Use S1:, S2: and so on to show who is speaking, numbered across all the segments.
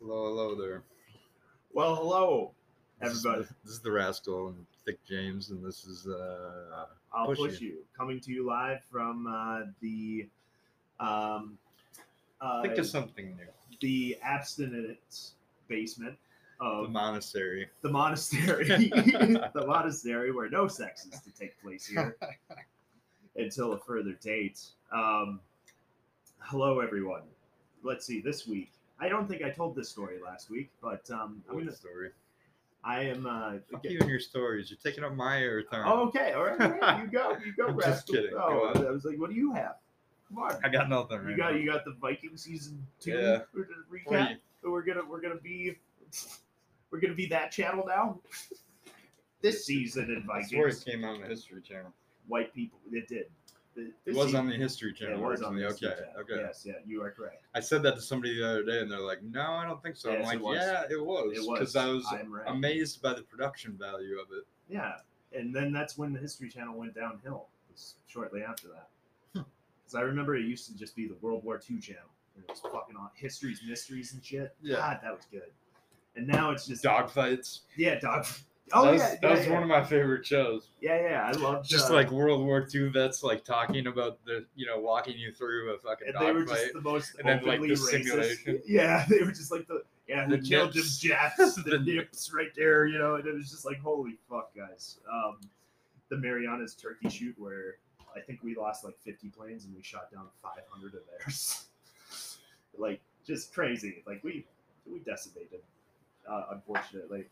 S1: Hello, hello there.
S2: Well, hello,
S1: This is-
S2: everybody.
S1: This is the Rascal and Thick James, and this is uh,
S2: I'll
S1: Push
S2: push, you. Coming to you live from uh, the um, uh,
S1: think of something new.
S2: the abstinence basement
S1: The
S2: of
S1: monastery.
S2: the monastery, the monastery where no sex is to take place here until a further date. Um, hello, everyone. Let's see. This week, I don't think I told this story last week, but um, I'm
S1: What
S2: gonna.
S1: story?
S2: I am. Uh,
S1: Fuck you and your stories. You're taking up my air time.
S2: Oh, okay. All right. all right. You go. You go.
S1: I'm
S2: Rascal.
S1: just kidding.
S2: Oh,
S1: Go on.
S2: I was like, what do you have? Come on.
S1: I got nothing right
S2: You got
S1: now.
S2: you got the Viking season two
S1: Yeah.
S2: re-
S1: What are
S2: recap.
S1: you-
S2: We're gonna we're gonna be we're gonna be that channel now. this season in
S1: I swear it
S2: Vikings,
S1: came on the History Channel.
S2: white people. It did. Th-
S1: It
S2: this
S1: was
S2: season-
S1: on the History
S2: yeah,
S1: Channel.
S2: it was on
S1: originally.
S2: the
S1: okay,
S2: History Channel.
S1: okay.
S2: Yes, yeah, you are correct.
S1: I said that to somebody the other day, and they're like, "No, I don't think so."
S2: Yes,
S1: I'm like,
S2: it was.
S1: "Yeah, it was,"
S2: It was
S1: because I was
S2: I'm right.
S1: amazed by the production value of it.
S2: Yeah, and then that's when the History Channel went downhill. Was shortly after that,
S1: Hmm.
S2: because I remember it used to just be the World War II channel, and it was fucking on histories, mysteries, and shit.
S1: Yeah.
S2: God, that was good. And now it's just
S1: Dogfights.
S2: Yeah, dog. Oh
S1: that was,
S2: yeah,
S1: that
S2: yeah,
S1: was
S2: yeah.
S1: one of my favorite shows.
S2: yeah, yeah. I love
S1: just like World War II vets, like talking about the, you know, walking you through a fucking
S2: and they were
S1: dogfight.
S2: just the most
S1: and then, like,
S2: openly
S1: the
S2: racist.
S1: simulation.
S2: Yeah, they were just like the yeah
S1: The
S2: the jail them
S1: nips.
S2: jets, the
S1: The
S2: nips right there, you know. And it was just like holy fuck, guys. Um, the Marianas turkey shoot where I think we lost like 50 planes and we shot down 500 of theirs. like just crazy. Like we we decimated, uh, unfortunately.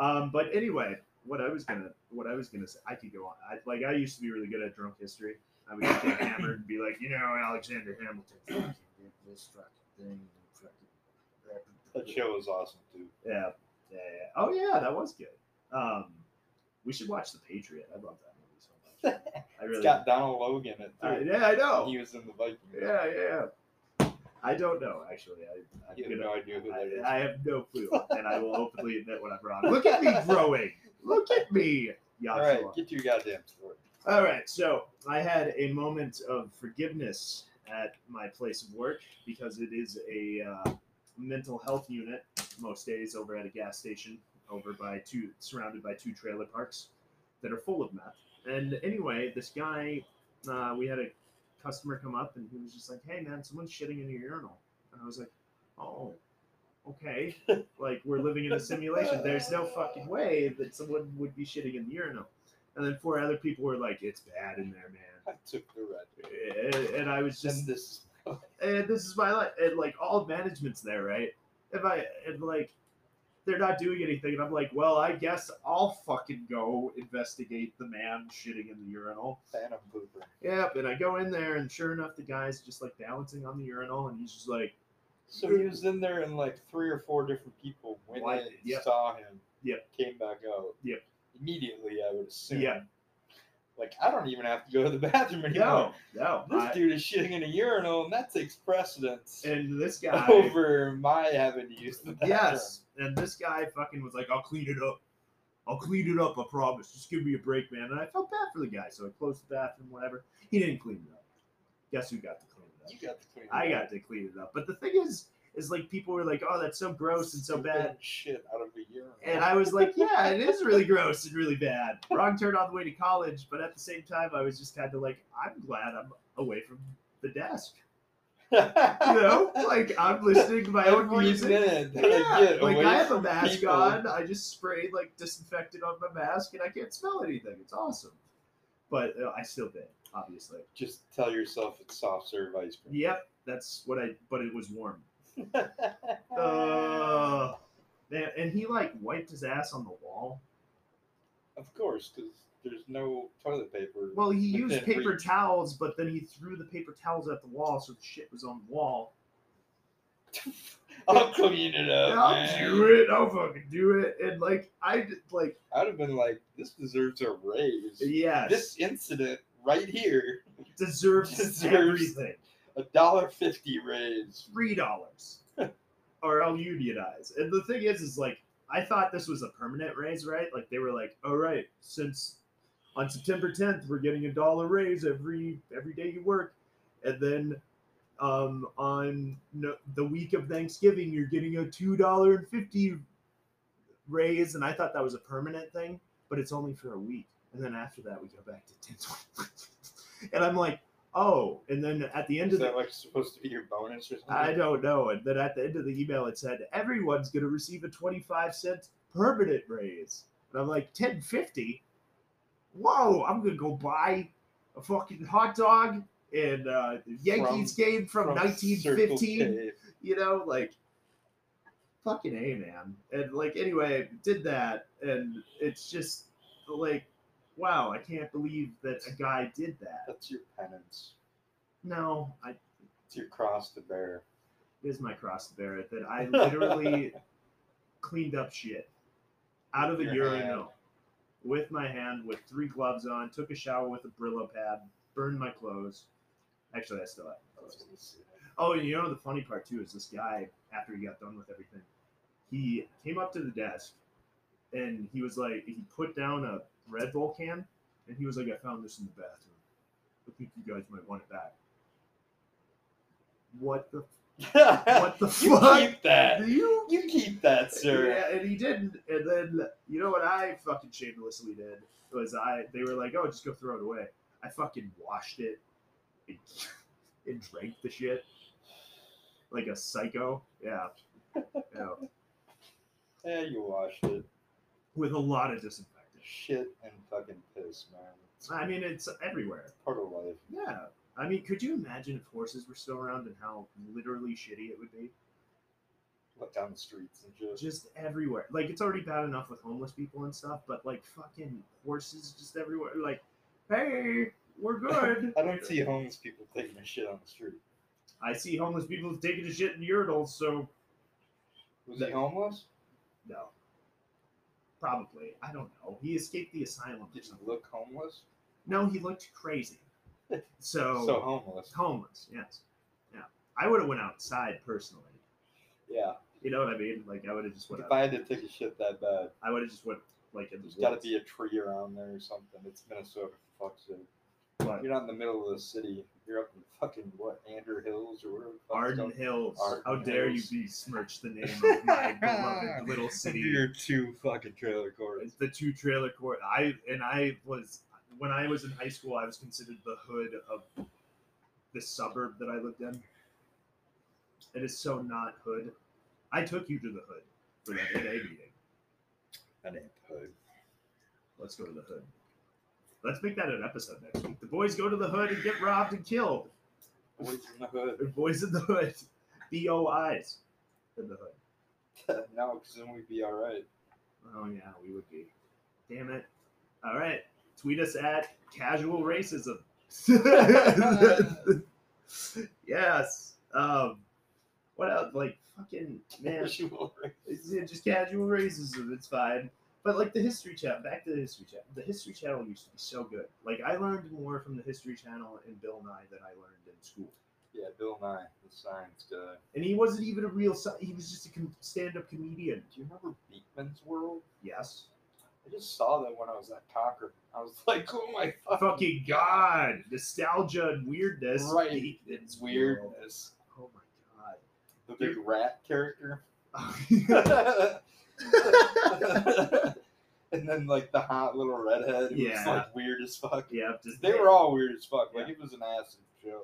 S2: Um, but anyway, what I was gonna what I was gonna say, I could go on. I, like I used to be really good at drunk history. I would just get hammered and be like, you know, Alexander Hamilton fucking did this fucking thing. and fucking-
S1: That show was awesome too.
S2: Yeah, yeah, yeah. Oh yeah, that was good. Um, we should watch The Patriot. I love that movie so much. I really.
S1: It's got Donald Logan in it too.
S2: I- yeah, I know.
S1: He was in the Vikings.
S2: Yeah, yeah. I don't know actually. I, I'm
S1: You have
S2: gonna-
S1: no idea who that is.
S2: I, I have no clue, and I will openly admit when I'm wrong. Look at me growing. Look at me,
S1: All
S2: Joshua.
S1: right, get to your goddamn story.
S2: All right, so I had a moment of forgiveness at my place of work because it is a uh, mental health unit most days over at a gas station over by two surrounded by two trailer parks that are full of meth. And anyway, this guy, uh, we had a customer come up and he was just like, "Hey man, someone's shitting in your urinal," and I was like, "Oh." Okay, like we're living in a simulation. There's no fucking way that someone would be shitting in the urinal. And then four other people were like, "It's bad in there, man."
S1: I took the red.
S2: And, and I was
S1: Just
S2: just,
S1: this.
S2: and this is my life. And like all of management's there, right? If I and like, they're not doing anything, and I'm like, "Well, I guess I'll fucking go investigate the man shitting in the urinal."
S1: Phantom pooper.
S2: Yep. And I go in there, and sure enough, the guy's just like balancing on the urinal, and he's just like,
S1: So he was in there, and like three or four different people went
S2: Why-
S1: in and
S2: yep.
S1: saw him.
S2: Yep.
S1: Came back out.
S2: Yep.
S1: Immediately, I would assume.
S2: Yeah.
S1: Like I don't even have to go to the bathroom anymore.
S2: "No, no."
S1: This
S2: I-
S1: dude is shitting in a urinal, and that takes precedence
S2: and this
S1: Oh,
S2: guy.
S1: over my having to use the bathroom.
S2: Yes. And this guy fucking was like, I'll clean it up. I'll clean it up, I promise. Just give me a break, man. And I felt bad for the guy, so I closed the bathroom, whatever. He didn't clean it up. Guess who got to clean it
S1: You
S2: up?
S1: got the clean.
S2: I got to clean it up. But the thing is, is like people were like, oh, that's so gross and so bad.
S1: shit out of a urinal.
S2: And I was like, yeah, it is really gross and really bad. Wrong turn on the way to college, but at the same time, I was just kind of like, I'm glad I'm away from the desk. You know, like I'm listening to my own
S1: Every
S2: music.
S1: minute that I
S2: Yeah,
S1: get
S2: like
S1: away
S2: I have a
S1: from
S2: mask
S1: people,
S2: on. I just sprayed like disinfectant on my mask, and I can't smell anything. It's awesome, but uh, I still did, obviously.
S1: Just tell yourself it's soft serve ice cream.
S2: Yep, that's what I. But it was warm. Uh, man, and he like wiped his ass on the wall.
S1: Of course, because there's no toilet paper.
S2: Well, he
S1: But
S2: used
S1: then
S2: paper
S1: reach.
S2: towels, but then he threw the paper towels at the wall, so the shit was on the wall.
S1: I'll clean it up.
S2: I'll
S1: Oh, man.
S2: do it. I'll fucking do it. And like I did, like
S1: I'd have been like, this deserves a raise.
S2: yes,
S1: This incident right here,
S2: deserves,
S1: deserves-
S2: everything.
S1: a dollar fifty raise.
S2: three dollars or I'll unionize. And the thing is, is like I thought this was a permanent raise, right? Like they were like, all right, since on September 10th we're getting a dollar raise every every day you work, and then um, on no, the week of Thanksgiving, you're getting a two dollar and fifty raise, and I thought that was a permanent thing, but it's only for a week, and then after that we go back to ten twenty. and I'm like, oh, and then at the end
S1: Is
S2: of the
S1: that like supposed to be your bonus or something?
S2: I don't know. And then at the end of the email, it said everyone's going to receive a 25 cent permanent raise. And I'm like, 1050? Whoa, I'm going to go buy a fucking hot dog and uh, the Yankees game from,
S1: From
S2: 1915.
S1: Circle K.
S2: You know, like, fucking A, man. And like, anyway, did that. And it's just like, wow, I can't believe that a guy did that.
S1: That's your penance.
S2: No, I,
S1: It's your cross to bear.
S2: is my cross to bear it that I literally cleaned up shit out of a
S1: Your
S2: urinal with my hand with three gloves on, took a shower with a Brillo pad, burned my clothes. Actually, I still have clothes. Oh, and you know the funny part too is this guy after he got done with everything, he came up to the desk and he was like he put down a Red Bull can and he was like I found this in the bathroom. I think you guys might want it back. What the what the
S1: you
S2: fuck?
S1: Keep that.
S2: Do you
S1: You keep that, sir.
S2: yeah, and he didn't. And then you know what I fucking shamelessly did was I they were like, oh, just go throw it away. I fucking washed it and, and drank the shit like a psycho. Yeah, yeah,
S1: Yeah, you washed it.
S2: with a lot of disinfectant.
S1: Shit and fucking piss, man. It's
S2: I mean, it's everywhere.
S1: part of life.
S2: Yeah, I mean, could you imagine if horses were still around and how literally shitty it would be?
S1: Look down the streets and just.
S2: just everywhere. Like it's already bad enough with homeless people and stuff, but like fucking horses just everywhere. Like, hey, we're good.
S1: I don't see homeless people taking a shit on the street.
S2: I see homeless people taking a shit in urinals, so
S1: Was
S2: That-
S1: he homeless?
S2: no. Probably, I don't know. He escaped the asylum. or
S1: Did he
S2: something.
S1: look homeless?
S2: No, he looked crazy. So,
S1: So homeless.
S2: homeless, yes, yeah. I would have went outside personally.
S1: Yeah.
S2: You know what I mean? Like I would have just went.
S1: If
S2: Out.
S1: I had to take a shit that bad,
S2: I would have just went like in the
S1: there's got to
S2: woods,
S1: be a tree around there or something. It's Minnesota, for fuck's sake.
S2: but
S1: You're not in the middle of the city. You're up in fucking what, Ander Hills or wherever. the fuck it's
S2: Arden
S1: called.
S2: Hills.
S1: Arden
S2: How dare
S1: Hills.
S2: you besmirch the name of my beloved little city?
S3: Your two fucking trailer courts.
S2: It's the two trailer court. I and I was when I was in high school, I was considered the hood of the suburb that I lived in. It is so not hood. I took you to the hood for that hood A meeting.
S3: That ain't hood.
S2: Let's go to the hood. Let's make that an episode next week. The boys go to the hood and get robbed and killed.
S1: Boys in the hood.
S2: They're boys in the hood. B O I's in the hood.
S1: no, because then we'd be all right.
S2: Oh yeah, we would be. Damn it. All right. Tweet us at casual racism. yes. Um what else like fucking man
S1: Casual racism.
S2: it's- yeah, just casual racism, it's fine. But like the history channel, back to the history channel. The history channel used to be so good. Like I learned more from the history channel and Bill Nye than I learned in school.
S1: Yeah, Bill Nye, the science guy.
S2: And he wasn't even a real sci- he was just a com- stand-up comedian.
S1: Do you remember Beekman's World?
S2: Yes.
S1: I just saw that when I was at Cocker. I was like, oh my
S2: fucking god, nostalgia and weirdness.
S1: Right.
S2: Geek-
S1: It's
S2: world.
S1: weirdness.
S2: Oh my
S1: The big rat character.
S2: god.
S1: and then like the hot little redhead who was
S2: Yeah.
S1: like weird as fuck.
S2: yeah, just
S1: They were all weird as fuck. Like
S2: Yeah.
S1: it was an acid show.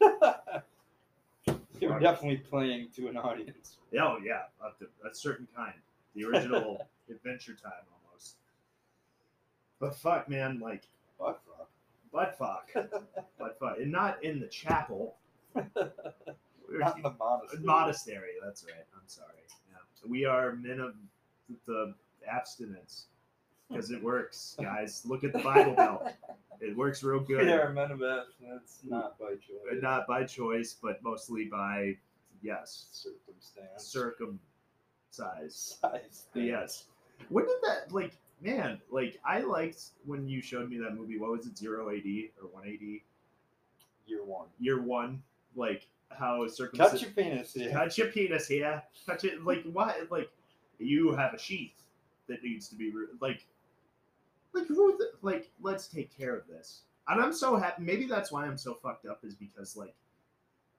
S1: they were
S2: Fuck.
S1: definitely playing to an audience.
S2: Oh yeah, of the- a certain kind. The original Adventure Time almost. But fuck, man, like
S1: Fuck, fuck.
S2: butt fuck, butt fuck, and not in the chapel. We were-
S1: Not in the monastery.
S2: monastery. That's right. I'm sorry. Yeah. We are men of the abstinence because it works, guys. Look at the Bible Belt. It works real good.
S1: They are men of abstinence, not by
S2: Uh,
S1: choice.
S2: Not by choice, but mostly by yes,
S1: circumstance.
S2: circumcised.
S1: Size.
S2: Yes. When did that like man? Like I liked when you showed me that movie. What was it, zero eighty or one eighty?
S1: Year one.
S2: Year one, like how
S1: Cut
S2: circumcised.
S1: your penis. Yeah.
S2: Touch your penis here. Touch it. Like why? Like you have a sheath that needs to be re- like, like who? The, like let's take care of this. And I'm so happy. Maybe that's why I'm so fucked up is because like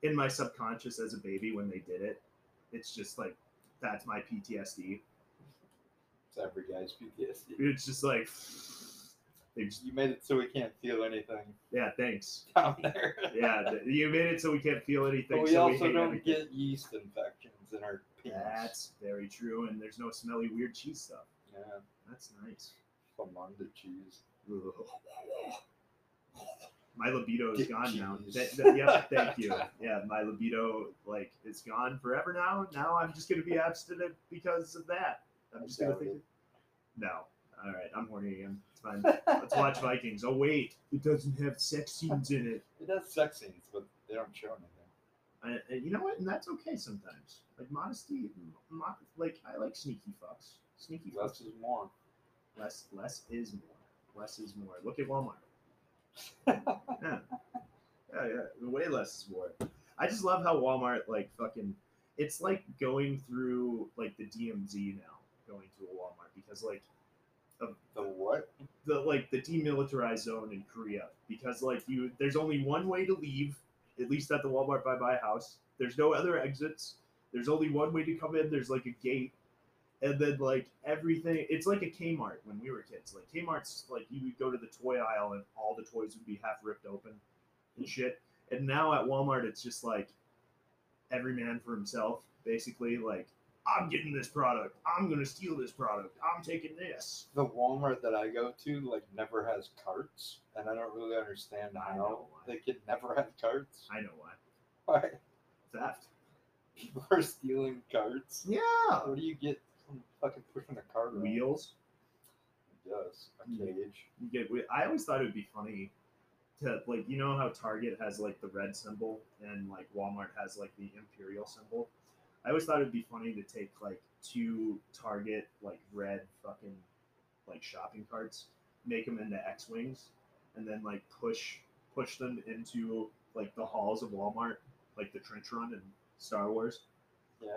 S2: in my subconscious as a baby when they did it. It's just like that's my PTSD.
S1: It's every guy's PTSD.
S2: It's just like they just,
S1: You made it so we can't feel anything
S2: yeah, thanks.
S1: down there.
S2: Yeah, th- you made it so we can't feel anything.
S1: But we
S2: so
S1: also
S2: hate
S1: don't
S2: everything.
S1: get yeast infections in our penis.
S2: That's very true, and there's no smelly weird cheese stuff.
S1: Yeah,
S2: That's nice.
S1: from London cheese.
S2: Ugh. My libido is
S1: Dick
S2: gone now.
S1: cheese.
S2: Th- th- yep, thank you. Yeah, my libido like is gone forever now. Now I'm just gonna be abstinent because of that. I'm just gonna
S1: doubt
S2: think.
S1: it.
S2: No. All right, I'm horny again. It's fine. Let's watch Vikings. Oh wait, it doesn't have sex scenes in it.
S1: It has sex scenes, but they don't show anything.
S2: I, and you know what? And that's okay sometimes. Like modesty, m- mo- like I like sneaky fucks. Sneaky
S1: Less
S2: fucks.
S1: is more.
S2: Less, less is more. Less is more. Look at Walmart. yeah. yeah, yeah. Way less is more. I just love how Walmart like fucking. It's like going through like the DMZ now, going to a Walmart because like
S1: The what?
S2: the like the demilitarized zone in Korea because like you there's only one way to leave at least at the Walmart by my house. There's no other exits. There's only one way to come in. There's like a gate. And then like everything it's like a Kmart when we were kids. Like Kmart's like you would go to the toy aisle and all the toys would be half ripped open and shit. And now at Walmart it's just like every man for himself basically like I'm getting this product. I'm going to steal this product. I'm taking this.
S1: The Walmart that I go to like never has carts, and I don't really understand
S2: I
S1: how
S2: know why.
S1: they could never have carts.
S2: I know why.
S1: Why
S2: Theft.
S1: people are stealing carts?
S2: Yeah.
S1: What do you get from fucking pushing a cart? around?
S2: Wheels.
S1: Yes, a
S2: Yeah.
S1: cage.
S2: You get. whe- I always thought it would be funny to like you know how Target has like the red symbol and like Walmart has like the imperial symbol. I always thought it'd be funny to take like two Target like red fucking like shopping carts, make them into X wings, and then like push push them into like the halls of Walmart, like the trench run in Star Wars.
S1: Yeah.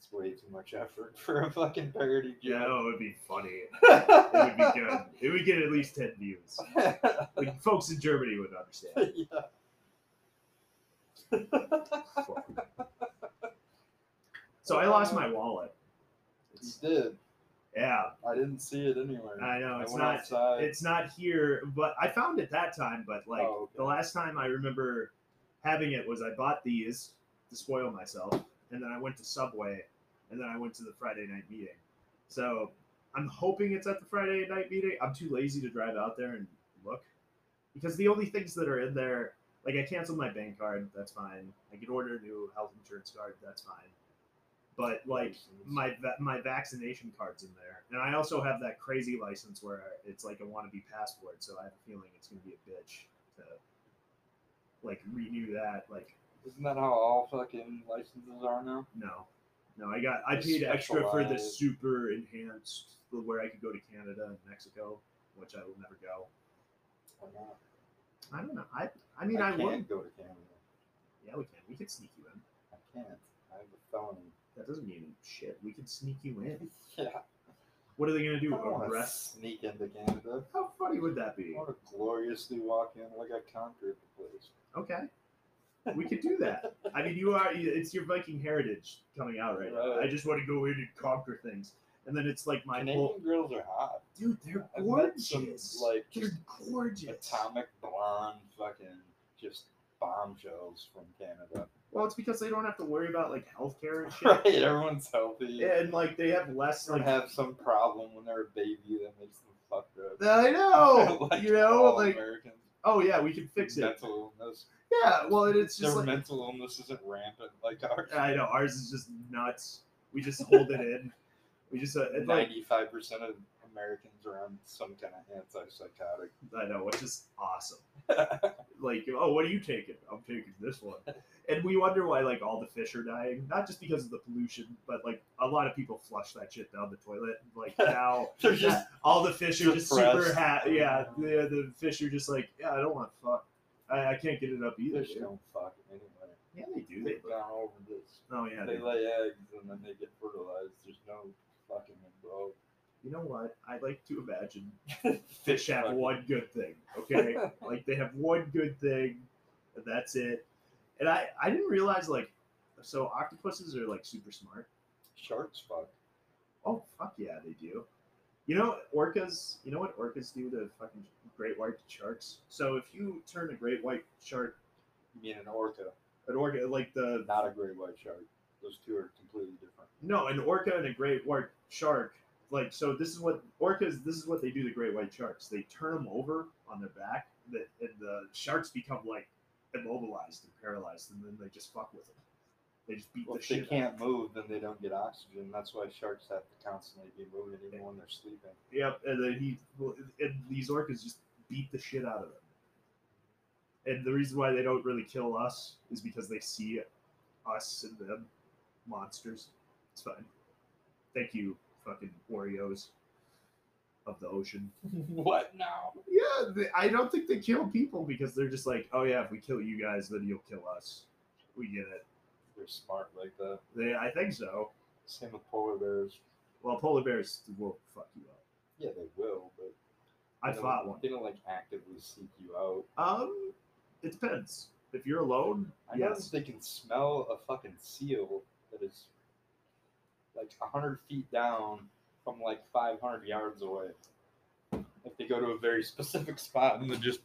S1: It's way too much effort for a fucking parody
S2: Yeah,
S1: joke.
S2: oh, it would be funny. It would be
S1: Yeah.
S2: good. It would get at least ten views. Like folks in Germany would understand. So I lost my wallet.
S1: You
S2: It's,
S1: did.
S2: yeah,
S1: I didn't see it anywhere.
S2: I know, it's
S1: went
S2: not-
S1: Outside.
S2: it's not here, but I found it that time. But like
S1: Oh, okay.
S2: the last time I remember having it was I bought these to spoil myself, and then I went to Subway, and then I went to the Friday night meeting. So I'm hoping it's at the Friday night meeting. I'm too lazy to drive out there and look because the only things that are in there, like I canceled my bank card, that's fine. I could order a new health insurance card, that's fine. But like my va- my vaccination card's in there, and I also have that crazy license where it's like a wannabe passport. So I have a feeling it's gonna be a bitch to like renew that. Like
S1: Isn't that how all fucking licenses are now?
S2: no, no, I got I
S1: It's
S2: paid extra for the
S1: specialized.
S2: super enhanced where I could go to Canada and Mexico, which I will never go.
S1: Or not?
S2: I don't know. I I mean I,
S1: can't
S2: would.
S1: go to Canada.
S2: Yeah, we can. We could sneak you in.
S1: I can't. I have a felony.
S2: That doesn't mean shit. We can sneak you in.
S1: Yeah.
S2: What are they gonna
S1: I
S2: do?
S1: don't want to
S2: Arrest?
S1: sneak into Canada.
S2: How funny would that
S1: I
S2: be?
S1: want to gloriously walk in like I conquered the place.
S2: Okay. We could do that. I mean, you are, it's your Viking heritage coming out right now. I
S1: Right.
S2: just want to go in and conquer things. And then it's like my
S1: Canadian
S2: whole,
S1: girls are hot.
S2: dude, they're
S1: I've met
S2: gorgeous.
S1: some, like,
S2: they're gorgeous.
S1: atomic blonde fucking just bombshells from Canada.
S2: Well, it's because they don't have to worry about like healthcare and shit.
S1: Right, everyone's healthy.
S2: and like they have less
S1: Don't
S2: like,
S1: have some problem when they're a baby that makes them fucked up.
S2: I know,
S1: Like
S2: you know,
S1: all
S2: like,
S1: Americans,
S2: oh yeah, we can fix it.
S1: mental illness.
S2: Yeah, well, and it's just
S1: Their
S2: like,
S1: mental illness isn't rampant like ours.
S2: I know, ours is just nuts. We just hold it in. We just, uh, and, like,
S1: Ninety-five percent of Americans are on some kind of antipsychotic.
S2: I know, which is awesome. like, oh, what are you taking? I'm taking this one. And we wonder why, like, all the fish are dying. Not just because of the pollution, but like a lot of people flush that shit down the toilet. Like now,
S1: They're just
S2: all the fish are just super
S1: Depressed.
S2: happy. Yeah, the, the fish are just like, yeah, I don't want to fuck. I, I can't get it up either.
S1: they're
S2: dude."
S1: just don't fuck anyway.
S2: Yeah, they do. They,
S1: They've gone over this.
S2: oh yeah,
S1: They
S2: they-
S1: lay eggs and then they get fertilized. There's no fucking involved.
S2: you know what? I like to imagine fish have
S1: Fucking-
S2: one good thing. Okay, like they have one good thing, That's it. And I, I didn't realize like, so octopuses are like super smart.
S1: Sharks, fuck.
S2: Oh fuck yeah, they do. You know orcas? You know what orcas do to fucking great white sharks? So if you turn a great white shark,
S1: You mean an orca,
S2: an orca like the
S1: not a great white shark. Those two are completely different.
S2: no, an orca and a great white shark. Like so, this is what orcas. This is what they do to great white sharks. They turn them over on their back, that and the sharks become like immobilized and paralyzed, and then they just fuck with them. They just beat
S1: Well,
S2: the
S1: if they
S2: shit. out
S1: can't
S2: of
S1: move, then they don't get oxygen. That's why sharks have to constantly be moving, even when they're sleeping.
S2: Yep, and then he well, and these orcas just beat the shit out of them. And the reason why they don't really kill us is because they see us and them monsters. It's fine. Thank you, fucking Oreos of the ocean.
S1: what now?
S2: Yeah, they, I don't think they kill people because they're just like, oh yeah, if we kill you guys, then you'll kill us. We get it.
S1: They're smart like that.
S2: They, I think so.
S1: Same with polar bears.
S2: Well, polar bears will fuck you up.
S1: Yeah, they will, but
S2: I
S1: they don't-
S2: fought one.
S1: They don't like actively seek you out.
S2: Um, it depends. If you're alone,
S1: I
S2: yes.
S1: noticed they can smell a fucking seal that is like hundred feet down from like five hundred yards away. If they go to a very specific spot,
S3: And then just,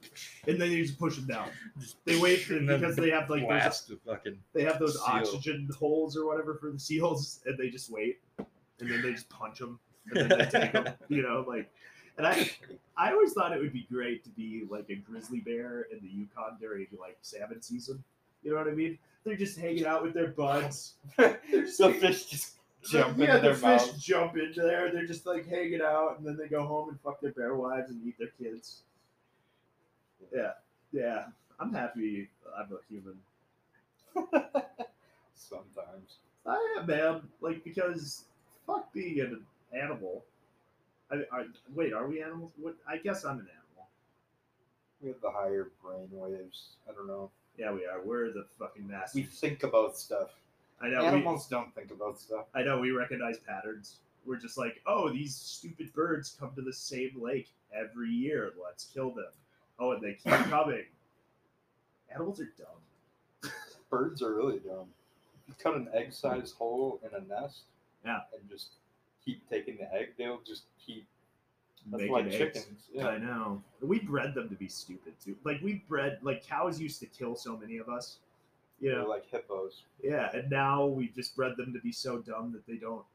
S2: and then you just push them down.
S3: just
S2: They wait for-
S3: and then
S2: because they have like those,
S3: blast the fucking
S2: they have those
S3: Seal.
S2: oxygen holes or whatever for the seals, and they just wait, and then they just punch them, and then they take them. You know, like, and I, I always thought it would be great to be like a grizzly bear in the Yukon during like salmon season. You know what I mean? They're just hanging out with their buds.
S1: the fish just jump
S2: yeah,
S1: into their
S2: the fish
S1: mouth.
S2: jump into there. They're just like hanging out, and then they go home and fuck their bear wives and eat their kids. Yeah, yeah. I'm happy. I'm a human.
S1: Sometimes.
S2: I am, man. Like because fuck being an animal. I, I wait. Are we animals? What? I guess I'm an animal.
S1: We have the higher brain waves. I don't know.
S2: Yeah, we are. We're the fucking
S1: We
S2: masters.
S1: think about stuff.
S2: I know. We,
S1: Animals don't think about stuff.
S2: I know. We recognize patterns. We're just like, oh, these stupid birds come to the same lake every year. Let's kill them. Oh, and they keep coming. Animals are dumb.
S1: Birds are really dumb. You cut an egg sized hole in a nest
S2: Yeah.
S1: and just keep taking the egg, they'll just keep. That's
S2: Making
S1: why
S2: eggs.
S1: chickens. Yeah.
S2: I know. We bred them to be stupid too. Like we bred like cows used to kill so many of us. You know.
S1: They're like hippos.
S2: Yeah, and now we just bred them to be so dumb that they don't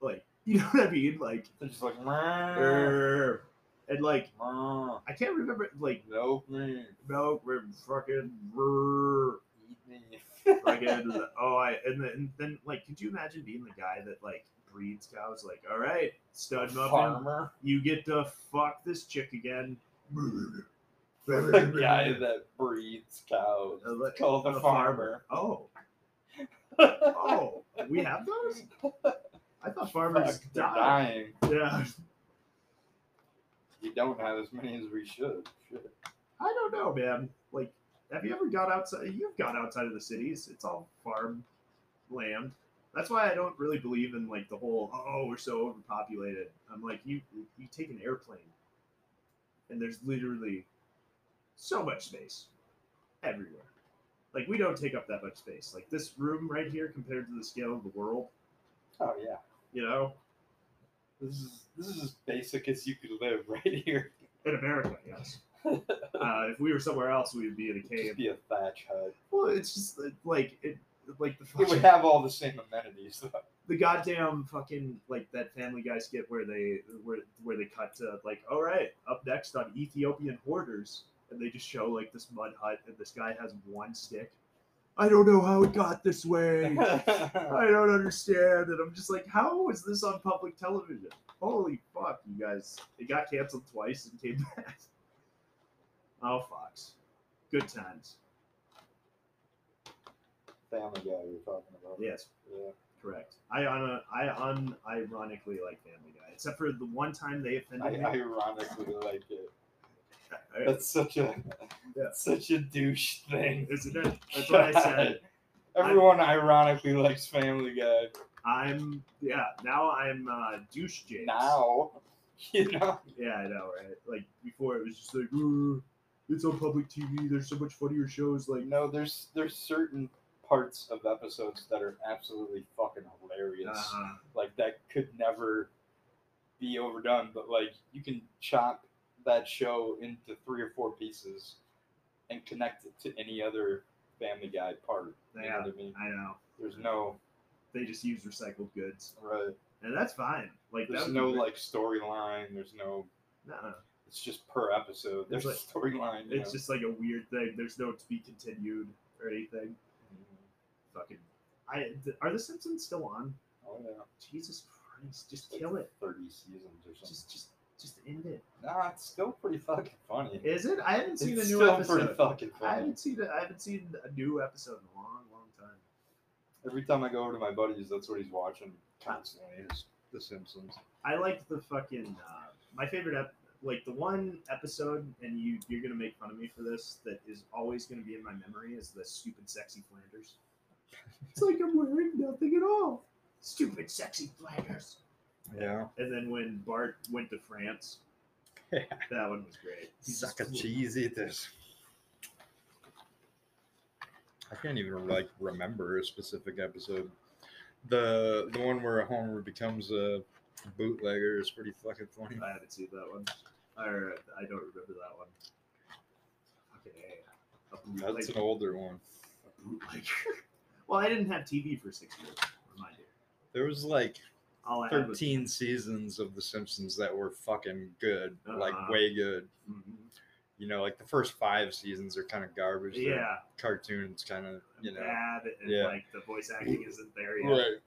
S2: like you know what I mean? Like
S1: They're just like, "Meow,
S2: "Err," and like
S1: meow,
S2: I can't remember like
S1: no, meow,
S2: no we're fucking "Rrr,"
S1: eat me.
S2: fucking oh I and then, and then like could you imagine being the guy that like breeds cows like all right stud muffin
S1: Farmer.
S2: you get to fuck this chick again
S1: The guy that breeds cows.
S2: Uh, like,
S1: Called the
S2: a
S1: farmer.
S2: oh oh we have those I thought farmers
S1: Fuck, they're
S2: died
S1: dying.
S2: yeah
S1: We don't have as many as we should. Shit.
S2: I don't know, man. Like, have you ever gone outside? You've gone outside of the cities. It's all farm land. That's why I don't really believe in like the whole oh we're so overpopulated. I'm like you you take an airplane, and there's literally so much space everywhere. Like we don't take up that much space. Like this room right here compared to the scale of the world,
S1: Oh yeah.
S2: you know,
S1: This is this is as basic as you could live right here.
S2: in America, yes. uh, if we were somewhere else, we would be in a
S1: Just
S2: cave.
S1: be a thatch hut.
S2: Well, it's just like it, like the
S1: It would have all the same amenities though.
S2: the goddamn fucking like that Family Guy skit where they where where they cut to like, all right, up next on Ethiopian hoarders, and they just show like this mud hut, and this guy has one stick. I don't know how it got this way. I don't understand, and I'm just like, how was this on public television? Holy fuck, you guys! It got canceled twice and came back. Oh, Fox, good times.
S1: Family Guy you're talking about.
S2: Yes,
S1: Yeah.
S2: correct. I un I unironically like Family Guy, except for the one time they
S1: I
S2: offended me.
S1: ironically like it.
S2: I-
S1: That's such a that's such a douche thing.
S2: Isn't it? That's what I said.
S1: God. Everyone ironically likes Family Guy
S2: I'm yeah. Now I'm uh, douche James.
S1: now. You know,
S2: Yeah, I know, right? Like before, it was just like "Ooh, it's on public TV. There's so much funnier shows. Like,
S1: No, there's there's certain parts of episodes that are absolutely fucking hilarious.
S2: uh,
S1: Like that could never be overdone, but like you can chop that show into three or four pieces and connect it to any other Family Guy part. You know
S2: Yeah.
S1: what I mean?
S2: I know
S1: There's no
S2: they just use recycled goods,
S1: right.
S2: and that's fine. Like,
S1: There's
S2: that's
S1: no like storyline. There's no.
S2: Nah,
S1: It's just per episode.
S2: There's,
S1: There's a storyline. you
S2: it's
S1: know?
S2: just like a weird thing. There's no to be continued or anything.
S1: Mm-hmm.
S2: Fucking, I th- are the Simpsons still on?
S1: Oh yeah.
S2: Jesus Christ, just
S1: Like
S2: kill it.
S1: Thirty seasons or something.
S2: Just, just, just end it.
S1: Nah, it's still pretty fucking funny.
S2: Is it? I haven't seen
S1: it's
S2: a new
S1: still
S2: episode.
S1: pretty fucking
S2: I
S1: funny.
S2: haven't seen a, I haven't seen a new episode in a long, long time.
S1: Every time I go over to my buddies, that's what he's watching constantly. Is The Simpsons.
S2: I liked the fucking uh, my favorite ep- like the one episode, and you you're gonna make fun of me for this. That is always gonna be in my memory is the stupid sexy Flanders. it's like I'm wearing nothing at all. Stupid sexy Flanders.
S3: Yeah.
S2: And then when Bart went to France,
S3: Yeah.
S2: that one was great. He's
S3: Suck a
S2: just-
S3: cheese eaters. I can't even like remember a specific episode. The the one where Homer becomes a bootlegger is pretty fucking funny.
S2: I haven't seen that one. Or I don't remember that one. Fucking A. A
S3: That's
S2: bootleg-
S3: an older one.
S2: a bootlegger. well, I didn't have TV for six years. Remind you.
S3: There was like
S2: All I had was
S3: 13 seasons of The Simpsons that were fucking good, like
S2: Uh-huh.
S3: way good.
S2: Mhm.
S3: You know, like the first five seasons are kind of garbage. They're
S2: Yeah,
S3: Cartoons kind of, you know.
S2: bad, and
S3: yeah.
S2: like the voice acting isn't there yet.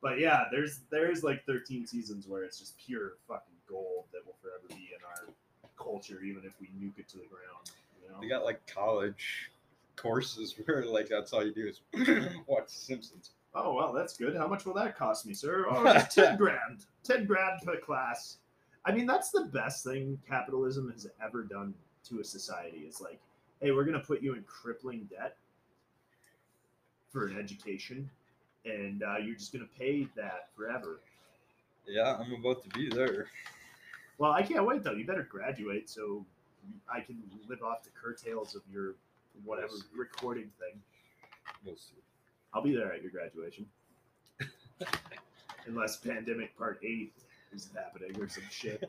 S2: But yeah, there's there's like 13 seasons where it's just pure fucking gold that will forever be in our culture, even if we nuke it to the ground. You know?
S3: They got like college courses where like that's all you do is watch Simpsons.
S2: Oh well, that's good. How much will that cost me, sir? Oh, it's ten grand. Ten grand per class. I mean, that's the best thing capitalism has ever done to a society. Is like, hey, we're gonna put you in crippling debt for an education, and uh, you're just gonna pay that forever.
S3: Yeah, I'm about to be there.
S2: Well, I can't wait though. You better graduate so I can live off the curtails of your whatever recording thing.
S3: We'll see.
S2: I'll be there at your graduation. Unless pandemic part eight is happening or some shit.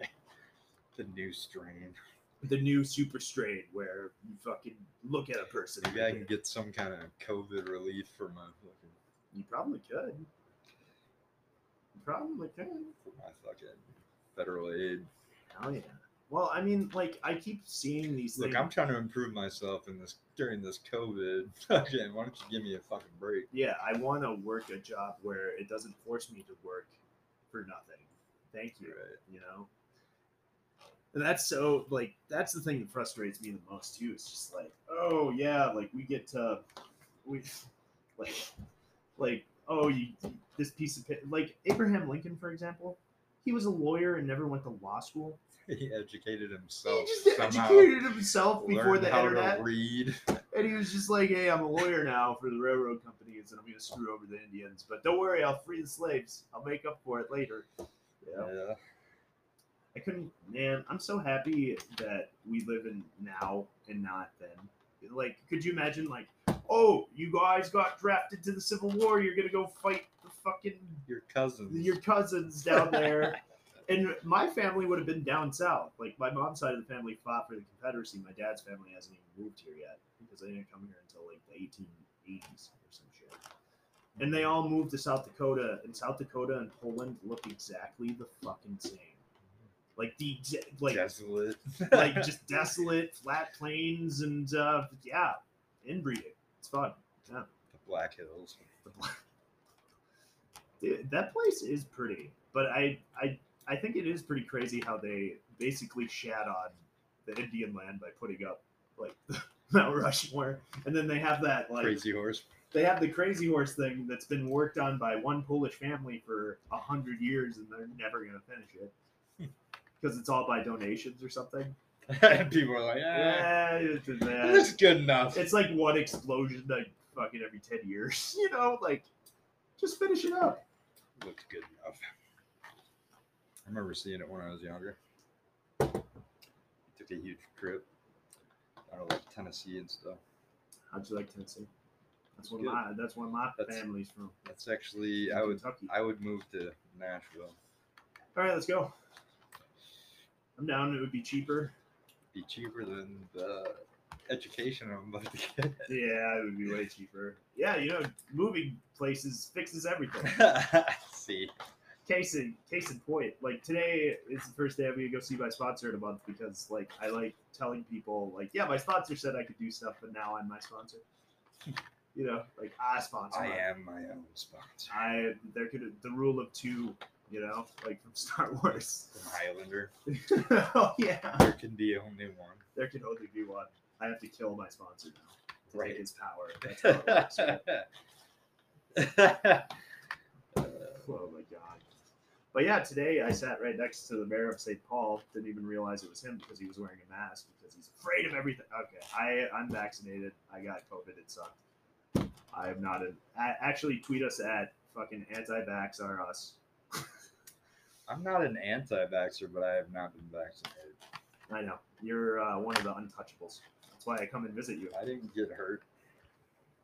S3: The new strain.
S2: The new super strain where you fucking look at a person.
S3: Maybe I can get some kind of COVID relief for my fucking
S2: You probably could. You probably could.
S3: for my fucking federal aid.
S2: Hell yeah. Well, I mean, like, I keep seeing these
S3: Look,
S2: things.
S3: I'm trying to improve myself in this during this COVID. Fucking, why don't you give me a fucking break?
S2: yeah, I want to work a job where it doesn't force me to work for nothing. Thank you.
S3: Right.
S2: you know and that's so like that's the thing that frustrates me the most too it's just like oh yeah like we get to we like like oh you this piece of pa- like abraham lincoln for example he was a lawyer and never went to law school
S3: He educated himself
S2: he just
S3: somehow.
S2: educated himself before
S3: learned
S2: the
S3: how
S2: internet
S3: to read.
S2: and he was just like hey i'm a lawyer now for the railroad companies and i'm gonna screw over the indians but don't worry i'll free the slaves i'll make up for it later yeah
S3: Yeah.
S2: I couldn't, man. I'm so happy that we live in now and not then. Like, could you imagine, like, oh, you guys got drafted to the Civil War. You're gonna go fight the fucking
S3: Your cousins.
S2: your cousins down there. and my family would have been down south. Like my mom's side of the family fought for the Confederacy. My dad's family hasn't even moved here yet because they didn't come here until like the 1880s or some shit. And they all moved to South Dakota, and South Dakota and Poland look exactly the fucking same. Like the exa- like
S3: desolate.
S2: like just desolate flat plains and uh, yeah, inbreeding. It's fun.
S3: the Black Hills.
S2: The black. Dude, that place is pretty, but I I I think it is pretty crazy how they basically shat on the Indian land by putting up like Mount Rushmore, and then they have that like
S3: Crazy horse.
S2: they have the crazy horse thing that's been worked on by one Polish family for a hundred years, and they're never gonna finish it because it's all by donations or something.
S3: People are
S1: Uh.
S3: like, ah,
S2: Yeah, it's,
S3: this is good enough.
S2: it's like one explosion like fucking every ten years, you know, like just finish it up.
S3: Looks good enough. I remember seeing it when I was younger. Took a huge trip.
S1: out of like Tennessee and stuff.
S2: How'd you like Tennessee? That's
S1: It's
S2: one
S1: good.
S2: of my that's one of my
S1: That's-
S2: family's from.
S1: That's actually I would
S2: Kentucky.
S1: I would move to Nashville.
S2: All right, let's go. I'm down. It would be cheaper.
S1: Be cheaper than the education I'm about to get.
S2: Yeah, it would be way cheaper. Yeah, you know, moving places fixes everything.
S1: See,
S2: case in case in point, like today is the first day I'm gonna go see my sponsor in a month because like I like telling people like, yeah, my sponsor said I could do stuff, but now I'm my sponsor. you know, like I sponsor.
S1: I
S2: my-
S1: am my own sponsor.
S2: I there could the rule of two, you know, like from Star Wars.
S1: An Highlander.
S2: oh yeah,
S1: There can be only one.
S2: there can only be one. I have to kill my sponsor now. To
S1: Right.
S2: Take his power. That's how it works. oh my god. But yeah, today I sat right next to the mayor of St. Paul. Didn't even realize it was him because he was wearing a mask because he's afraid of everything. Okay, I I'm vaccinated. I got COVID. It sucked. I am not. A, a- actually, tweet us at fucking anti-vax are us.
S1: I'm not an anti-vaxxer, but I have not been vaccinated.
S2: I know you're uh, one of the untouchables. That's why I come and visit you.
S1: I didn't get hurt.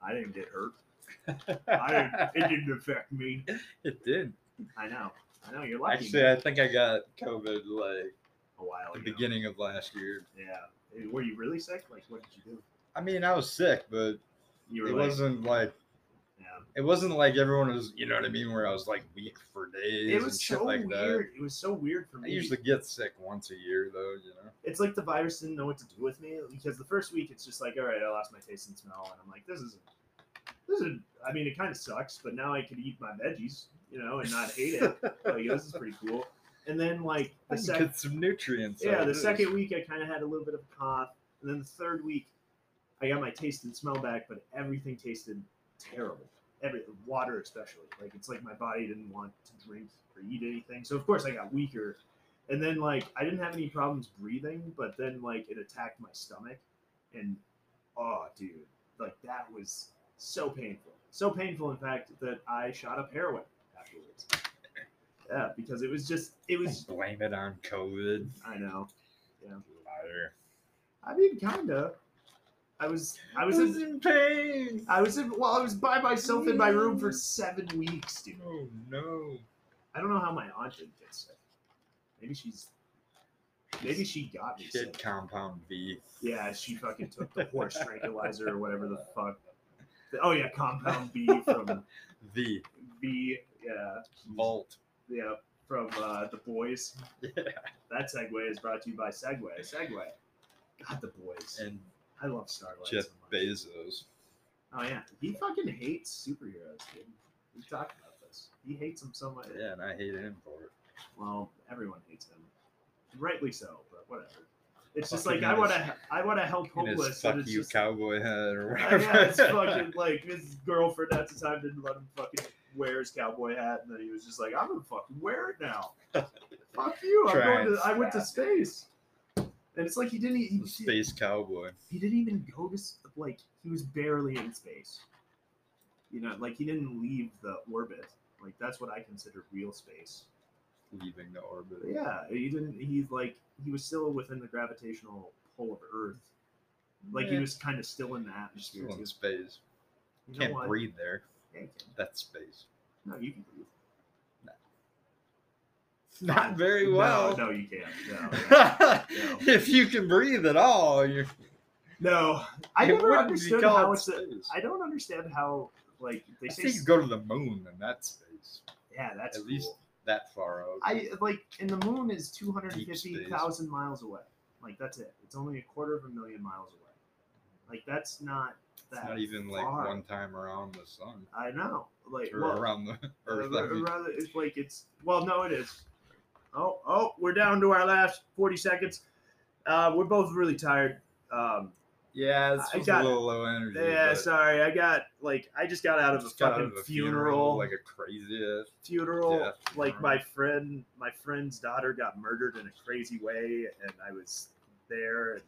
S2: I didn't get hurt. I didn't, it didn't affect me.
S1: it did.
S2: I know. I know. You're lucky.
S1: Actually, I think I got COVID like
S2: a while
S1: the
S2: ago.
S1: beginning of last year.
S2: Yeah. Were you really sick? Like, what did you do?
S1: I mean, I was sick, but
S2: You were
S1: it
S2: like,
S1: wasn't like
S2: yeah.
S1: it wasn't like everyone was, you know what I mean, where I was like weak for days.
S2: It
S1: and
S2: was
S1: shit
S2: so
S1: like
S2: weird. It was so weird for
S1: That. I
S2: me.
S1: usually get sick once a year, though. You know,
S2: it's like the virus didn't know what to do with me because the first week it's just like, all right, I lost my taste and smell, and I'm like, this isn't. This is. I mean, it kind of sucks, but now I can eat my veggies, you know, and not hate it. like, this is pretty cool. And then like
S1: I
S2: the
S1: can
S2: second,
S1: get some nutrients. out
S2: yeah,
S1: of
S2: the
S1: this.
S2: second week I kind of had a little bit of a cough, and then the third week I got my taste and smell back, but everything tasted terrible. Every water, especially, like it's like my body didn't want to drink or eat anything. So of course I got weaker, and then like I didn't have any problems breathing, but then like it attacked my stomach, and oh dude, like that was so painful, so painful in fact that I shot up heroin afterwards. Yeah, because it was just it
S1: Don't
S2: was
S1: blame it on COVID.
S2: I know.
S1: Liar.
S2: I mean, kinda. I was, I was, in,
S1: pain.
S2: I was in. Well, I was by myself in my room for seven weeks, dude.
S1: Oh no.
S2: I don't know how my aunt didn't get sick. Maybe she's, maybe she got me
S1: She had
S2: sick.
S1: compound V.
S2: Yeah, she fucking took the horse tranquilizer or whatever the fuck. Oh yeah, compound B from
S1: V.
S2: B. Yeah,
S1: Vault.
S2: yeah, from uh, the boys.
S1: Yeah.
S2: That segue is brought to you by Segway. Segway. God, the boys.
S1: And
S2: I love Starlight
S1: Jeff
S2: so much.
S1: Bezos.
S2: Oh yeah, he fucking hates superheroes, dude. We talked about this. He hates them so much.
S1: Yeah, and I hate him for it.
S2: Well, everyone hates him, rightly so. But whatever. It's just
S1: Fucking
S2: like I
S1: in
S2: want
S1: his-
S2: to. I want to help
S1: And his
S2: homeless.
S1: fuck
S2: and it's
S1: you
S2: just,
S1: cowboy hat or
S2: I
S1: whatever.
S2: know, it's fucking like his girlfriend at the time didn't let him fucking wear his cowboy hat, and then he was just like, "I'm gonna fucking wear it now." Fuck you! I'm
S1: Try
S2: going
S1: and
S2: to, I went to
S1: snap.
S2: space, and it's like he didn't. He,
S1: The space cowboy.
S2: he didn't even go to s- like he was barely in space you know like he didn't leave the orbit like that's what i consider real space
S1: leaving the orbit.
S2: but yeah he didn't he's like he was still within the gravitational pull of earth like he
S1: Yeah.
S2: was kind of still in the
S1: Just
S2: atmosphere
S1: still
S2: too.
S1: in space.
S2: You know
S1: Hmm. Can't
S2: what?
S1: breathe there.
S2: Yeah, you can.
S1: That's space.
S2: no you can breathe
S1: Not very
S2: No,
S1: well.
S2: no, you can't no, no. no.
S1: if you can breathe at all, you're.
S2: No, i
S1: it
S2: never
S1: wouldn't be
S2: understood
S1: called
S2: how it's a,
S1: space.
S2: i don't understand how like they
S1: I
S2: say
S1: think you
S2: s-
S1: go to the moon and that's space.
S2: yeah that's
S1: at
S2: cool.
S1: least that far out.
S2: I like, and the moon is two hundred
S1: Deep
S2: and fifty
S1: space.
S2: thousand miles away. Like that's it. It's only a quarter of a million miles away. Like that's not
S1: it's
S2: that.
S1: not even like
S2: far.
S1: one time around the sun
S2: I know. Like
S1: or
S2: well,
S1: around the earth.
S2: uh,
S1: I mean.
S2: rather, it's like it's well, no, it is. Oh, oh, we're down to our last forty seconds. Uh, we're both really tired. Um,
S1: Yeah, this
S2: I
S1: was
S2: got-
S1: a little low energy.
S2: yeah,
S1: but
S2: sorry. I got like I just got out of a
S1: just got out
S2: fucking
S1: of a
S2: funeral.
S1: like a crazy ass
S2: funeral.
S1: Yeah, funeral.
S2: Like my friend, my friend's daughter got murdered in a crazy way, and I was there. And,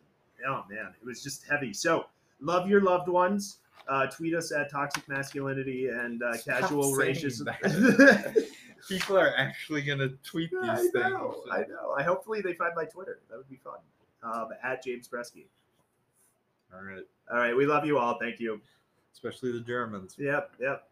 S2: oh man, it was just heavy. So love your loved ones. Uh, tweet us at toxic masculinity and uh,
S1: Stop
S2: casual
S1: saying
S2: racism.
S1: that. People are actually gonna tweet
S2: Yeah,
S1: these
S2: I
S1: things.
S2: know. I know. I hopefully they find my Twitter. That would be fun. Um, at James Bresky. All right.
S1: All right. We love you all. Thank you.
S2: Especially the Germans.
S1: Yep. Yep.